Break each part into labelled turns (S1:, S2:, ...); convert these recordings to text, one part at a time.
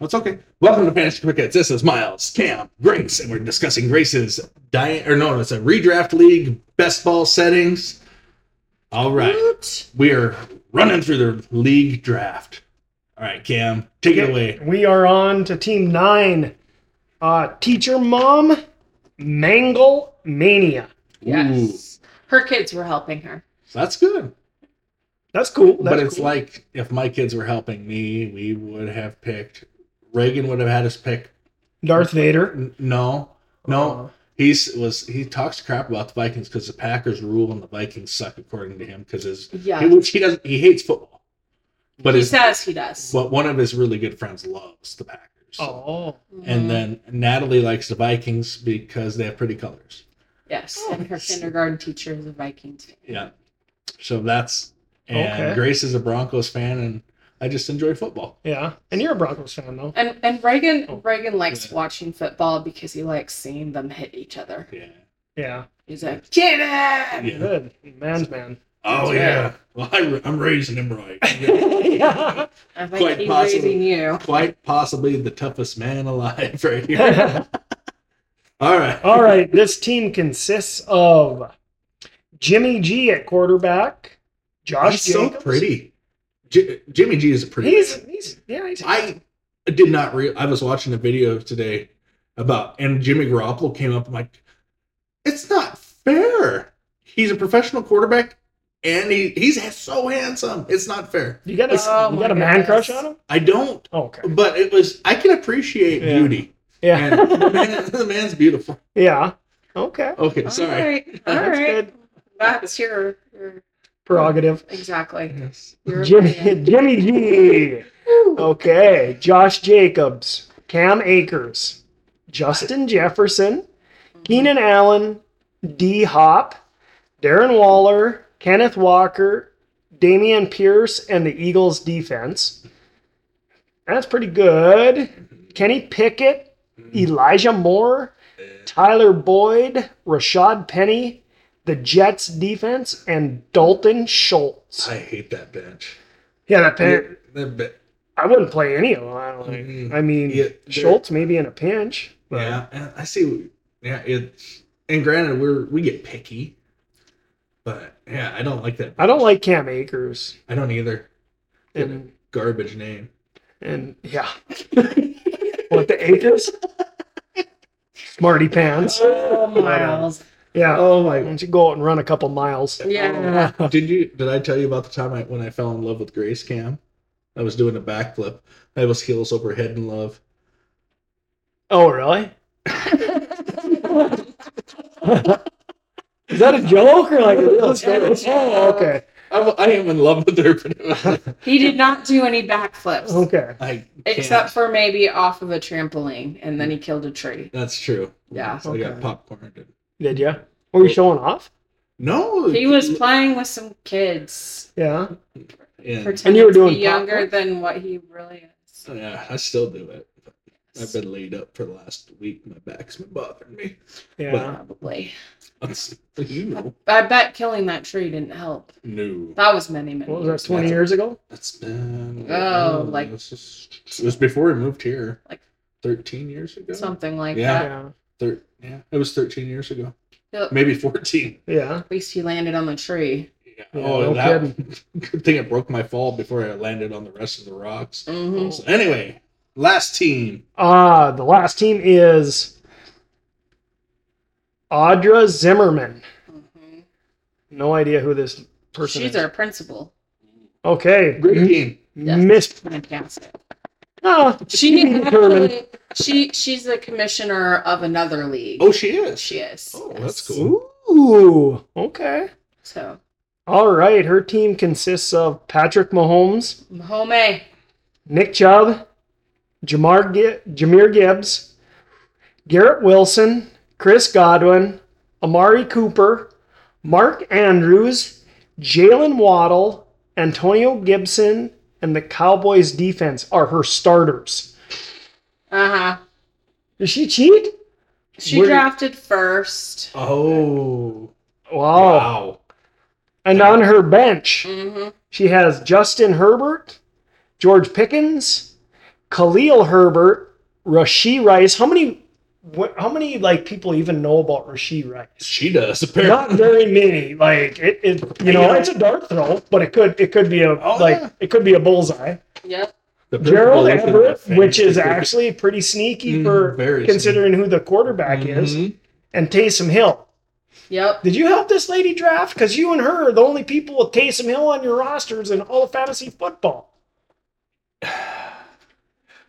S1: That's okay. Welcome to Fantasy Crickets. This is Miles, Cam, Grace, and we're discussing Grace's diet or no, it's a redraft league best ball settings. All right,
S2: What?
S1: we are running through the league draft. All right, Cam, take it away.
S2: We are on to team nine. Uh, teacher mom, Mangle Mania.
S1: Ooh,
S3: Yes. Her kids were helping her.
S1: that's good.
S2: That's cool. That's
S1: but it's
S2: cool.
S1: like if my kids were helping me, we would have picked. Reagan would have had us pick.
S2: Darth Vader.
S1: n- No, no. He's was he talks crap about the Vikings because the Packers rule and the Vikings suck according to him because his
S3: Yeah.
S1: he, which he doesn't he hates football, but
S3: he
S1: his
S3: says he does.
S1: but one of his really good friends loves the Packers.
S2: Oh,
S1: And
S3: Mhm.
S1: then Natalie likes the Vikings because they have pretty colors.
S3: Yes.
S2: Oh,
S3: and her
S2: nice.
S3: kindergarten teacher is a Vikings fan.
S1: Yeah. So that's and
S2: Okay.
S1: Grace is a Broncos fan and I just enjoy football.
S2: yeah. And you're a Broncos fan though.
S3: And and Reagan
S2: Oh,
S3: Reagan likes
S1: yeah.
S3: watching football because he likes seeing them hit each other.
S1: Yeah.
S2: Yeah.
S3: He's like, get him!
S1: Yeah.
S2: Good. Man's man.
S1: Oh
S2: That's
S1: yeah. Well, I, I'm raising him right.
S2: yeah.
S3: I'm like,
S1: Quite
S3: he's
S1: possibly.
S3: raising you.
S1: Quite possibly the toughest man alive right here. All right.
S2: All right. This team consists of Jimmy G at quarterback. Josh
S1: He's so
S2: Jacobs.
S1: pretty. J- Jimmy G is a pretty.
S2: He's
S1: man.
S2: he's yeah he's
S1: I did not real. I was watching a video today about, and Jimmy Garoppolo came up. I'm like, it's not fair. He's a professional quarterback, and he he's so handsome. It's not fair.
S2: you got a
S3: Oh
S2: you
S3: my
S2: got a man
S3: goodness.
S2: crush on him.
S1: I don't.
S2: Oh, okay.
S1: But it was. I can appreciate
S2: Yeah.
S1: beauty. And the,
S2: Yeah.
S1: man, the man's beautiful.
S2: yeah. Okay.
S1: Okay,
S3: All
S1: sorry.
S3: right. All
S2: That's
S3: right.
S2: good.
S3: That's your, your
S2: Prerogative.
S3: exactly.
S1: Yes.
S3: Your
S2: Jimmy
S3: opinion.
S2: Jimmy G.
S3: Woo.
S2: Okay. Josh Jacobs, Cam Akers, Justin Jefferson, Keenan Allen, D Hop, Darren Waller, Kenneth Walker, Damian Pierce, and the Eagles defense. That's pretty good. Kenny Pickett, Elijah Moore, Tyler Boyd, Rashad Penny, the Jets defense, and Dalton Schultz.
S1: I hate that bench.
S2: Yeah, that pen,
S1: That be-
S2: I wouldn't play any of them. I, don't think.
S1: Mhm.
S2: I mean,
S1: Yeah, they're-
S2: Schultz maybe in a pinch. but-
S1: Yeah, and I see. Yeah, it. And granted, we're we get picky, but yeah, I don't like that.
S2: I don't like Cam Akers.
S1: I don't either. Yeah.
S2: And
S1: Garbage name.
S2: And yeah. what the acres? Smarty pants.
S3: Oh, Miles.
S2: Yeah.
S1: Oh
S2: Why
S1: my!
S2: don't you go out and run a couple miles?
S3: Yeah.
S1: Did you? Did I tell you about the time I when I fell in love with Grace Cam? I was doing a backflip. I was heels over head in love.
S2: Oh, really? Is that a joke or like a real story? Oh, okay.
S1: I, w- I am in love with her. But it was-
S3: He did not do any backflips.
S2: Okay.
S1: I can't.
S3: Except for maybe off of a trampoline, and then he killed a tree.
S1: that's true.
S3: Yeah.
S1: So I got
S2: Okay.
S1: popcorn.
S2: Did you? Were you showing off?
S1: No,
S3: He was playing with some kids,
S2: Yeah.
S1: Yeah.
S3: pretending
S2: you were
S3: to
S2: doing
S3: be younger
S2: popcorn?
S3: than what he really is.
S1: Yeah, I still do it. I've been laid up for the last week. My back's been bothering me.
S2: Yeah.
S3: Probably.
S1: That's- you know,
S3: I bet killing that tree didn't help.
S1: no.
S3: That was many, many.
S2: What was
S3: years
S2: that? Twenty
S3: ago.
S2: years ago?
S1: That's been
S3: Oh, like-
S1: this is- it was before we moved here.
S3: Like-
S1: thirteen years ago.
S3: Something like
S1: Yeah.
S3: that.
S2: Yeah.
S1: Thir- yeah, it was thirteen years ago.
S3: Yep.
S1: Maybe fourteen.
S2: Yeah.
S3: At least he landed on the tree.
S1: Yeah.
S2: Yeah,
S1: oh,
S2: no
S1: that good thing it broke my fall before I landed on the rest of the rocks.
S3: hmm
S1: So anyway, last team.
S2: Ah, the last team is Audra Zimmerman. No idea who this person
S3: She's
S2: is.
S3: our principal.
S2: Okay.
S1: Great team.
S3: Yes.
S2: Miss
S3: Fantastic.
S2: Ah,
S3: She
S2: She determined.
S3: actually, she she's the commissioner of another league.
S1: Oh, she is.
S3: she is.
S1: Oh, that's
S3: Yes.
S1: cool.
S2: Ooh. Okay.
S3: So,
S2: All right. Her team consists of Patrick Mahomes,
S3: Mahome.
S2: Nick Chubb, Jamar Gi- Jameer Gibbs, Garrett Wilson, Chris Godwin, Amari Cooper, Mark Andrews, Jalen Waddle, Antonio Gibson, and the Cowboys defense are her starters.
S3: Uh huh.
S2: Does she cheat?
S3: She
S1: Where-
S3: drafted first.
S1: Oh,
S2: Wow.
S1: wow.
S2: And on her bench.
S3: Mm-hmm.
S2: She has Justin Herbert, George Pickens, Khalil Herbert, Rasheed Rice. How many? What, how many like people even know about Rasheed Rice?
S1: She does
S2: Not
S1: apparently.
S2: very many. Like it, it you
S1: You
S2: know,
S1: know-
S2: it's a dart throw, but it could it could be a
S1: Oh,
S2: like
S1: yeah.
S2: it could be a bullseye.
S3: Yep.
S1: The purple
S2: Gerald
S1: is in
S2: Everett,
S1: that thing.
S2: which is actually pretty sneaky
S1: Mhm,
S2: for
S1: very
S2: considering who the quarterback is,
S1: Mhm.
S2: and Taysom Hill.
S3: Yep.
S2: Did you help this lady draft? Because you and her are the only people with Taysom Hill on your rosters in all of fantasy football.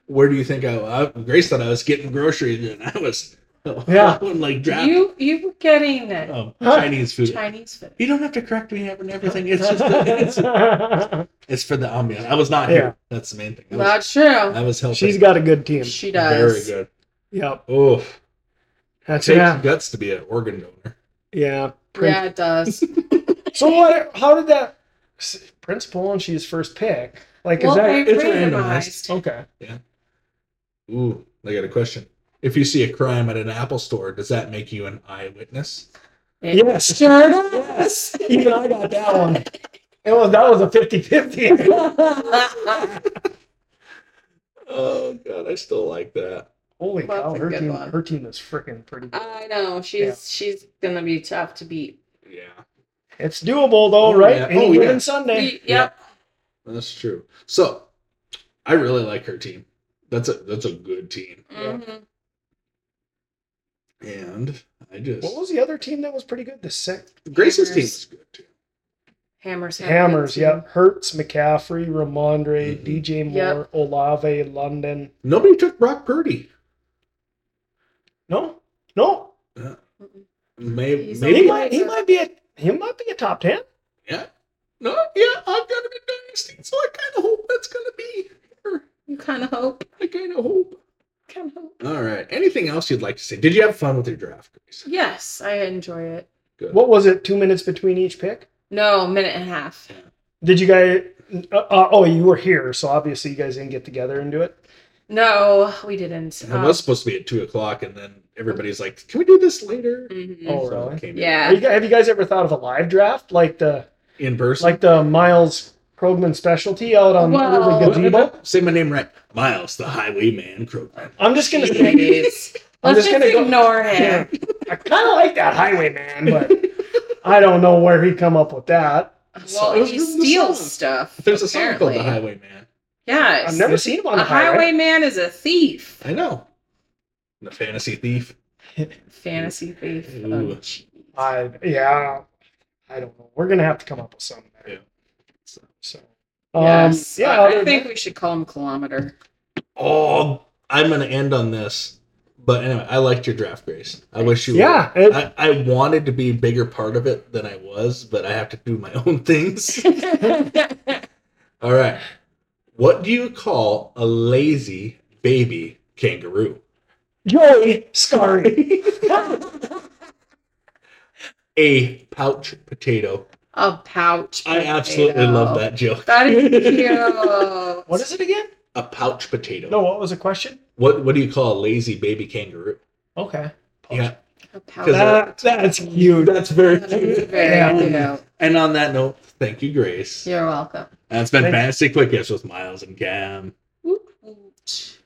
S1: Where do you think I, I Grace thought I was getting groceries and I was
S2: Yeah.
S1: like draft
S3: You you were getting it.
S1: um,
S2: Huh?
S1: Chinese food.
S3: Chinese food.
S1: You don't have to correct me on everything. It's just it's, it's for the ambiance. I was not
S2: Yeah.
S1: here. That's the main thing. I was,
S3: That's true.
S1: I was helping.
S2: She's got a good team.
S3: She
S1: very
S3: does.
S1: good.
S2: Yep.
S1: Oh,
S2: That's
S1: takes
S2: yeah.
S1: guts to be an organ donor.
S2: Yeah. Prin-
S3: Yeah, it does.
S2: So what? How did that? s- Prince Polonshi's first pick. Like
S3: well,
S2: is that?
S3: they
S1: it's
S3: randomized.
S2: okay.
S1: Ooh, I got a question. If you see a crime at an Apple store, does that make you an eyewitness?
S3: It
S2: Yes.
S3: Sure does.
S2: Yes. Even I got that one. It was that was a 50-50.
S1: Oh God, I still like that.
S2: Holy
S3: That's
S2: cow!
S3: a
S2: Her
S3: good
S2: team,
S3: one.
S2: her team is freaking pretty. Good.
S3: I know she's
S2: Yeah.
S3: she's gonna be tough to beat.
S1: Yeah,
S2: It's doable though,
S1: Oh,
S2: right?
S1: yeah.
S2: Any
S1: Oh,
S2: given
S1: yeah.
S2: Sunday.
S3: Ye- Yep.
S1: that's true. So, I really like her team. That's a that's a good team.
S2: Yeah.
S3: hmm
S1: And I just
S2: What was the other team that was pretty good? The sec-
S1: Grace's team
S3: Hammers.
S1: is good too.
S3: Hammers. have a good
S2: Hammers,
S3: team.
S2: yeah. Hertz, McCaffrey, Ramondre,
S1: Mhm.
S2: DJ
S3: Yep.
S2: Moore, Olave, London.
S1: Nobody took Brock Purdy.
S2: No, no.
S1: May,
S3: He's
S1: maybe
S2: He might, he might be a he might be a top ten.
S1: yeah. No, yeah, I've got him in Dynasty, so I kind of hope that's gonna be. Here.
S3: You kind of hope.
S1: I kind of hope.
S3: Kind of hope.
S1: All right. Anything else you'd like to say? Did you have fun with your draft, Grace?
S3: Yes, I enjoy it.
S1: Good.
S2: What was it? Two minutes between each pick.
S3: No, minute and a half.
S2: Did you guys? Uh, uh, oh, you were here, so obviously you guys didn't get together and do it.
S3: No, we didn't.
S1: It
S3: Um,
S1: was supposed to be at two o'clock, and then everybody's like, "Can we do this later?"
S3: mhm.
S2: Oh,
S1: So it
S2: really?
S1: came in-
S3: yeah.
S2: Are you guys, have you guys ever thought of a live draft like the
S1: in person.
S2: like the Miles Krogman specialty out on
S3: Well-
S2: the gazebo?
S1: Say my name right, Miles, the Highwayman Krogman.
S2: I'm just gonna say
S3: Jeez.
S2: I'm
S3: Let's
S2: just
S3: just,
S2: gonna go-
S3: ignore
S2: Yeah.
S3: him.
S2: I kind of like that Highwayman, but I don't know where he come up with that.
S1: So-
S3: Well, he
S1: There's a
S3: steals
S1: song.
S3: stuff.
S1: There's a song called
S3: apparently.
S1: "The Highwayman."
S3: Yes.
S2: I've never seen him on
S3: a
S2: the highway.
S3: highwayman is a thief.
S1: I know. The fantasy thief.
S3: Fantasy thief. Oh,
S2: Um,
S1: Ooh.
S3: jeez.
S2: I yeah, I don't know. We're gonna have to come up with something. There.
S1: Yeah.
S2: So, so
S3: yes.
S2: um, yeah,
S3: I, I
S2: other
S3: think
S2: than-
S3: we should call him Kilometer.
S1: Oh, I'm gonna end on this, but anyway, I liked your draft, Grace. I wish you.
S2: yeah,
S1: were.
S2: it-
S1: I, I wanted to be a bigger part of it than I was, but I have to do my own things. All right. What do you call a lazy baby kangaroo?
S2: Joey Scary.
S1: A pouch potato.
S3: a pouch.
S1: I absolutely
S3: potato.
S1: love that joke.
S3: That is cute.
S2: what is it again?
S1: A pouch potato.
S2: No, what was the question?
S1: What What do you call a lazy baby kangaroo?
S2: Okay,
S1: Yeah,
S3: A pouch.
S2: that, that's cute.
S1: that's very
S3: That is very
S2: Yeah.
S3: cute.
S1: And on that note, thank you, Grace.
S3: You're welcome.
S1: That's been
S2: Thank-
S1: Fantasy Quick Hits with Miles and Cam.
S3: Woot woot.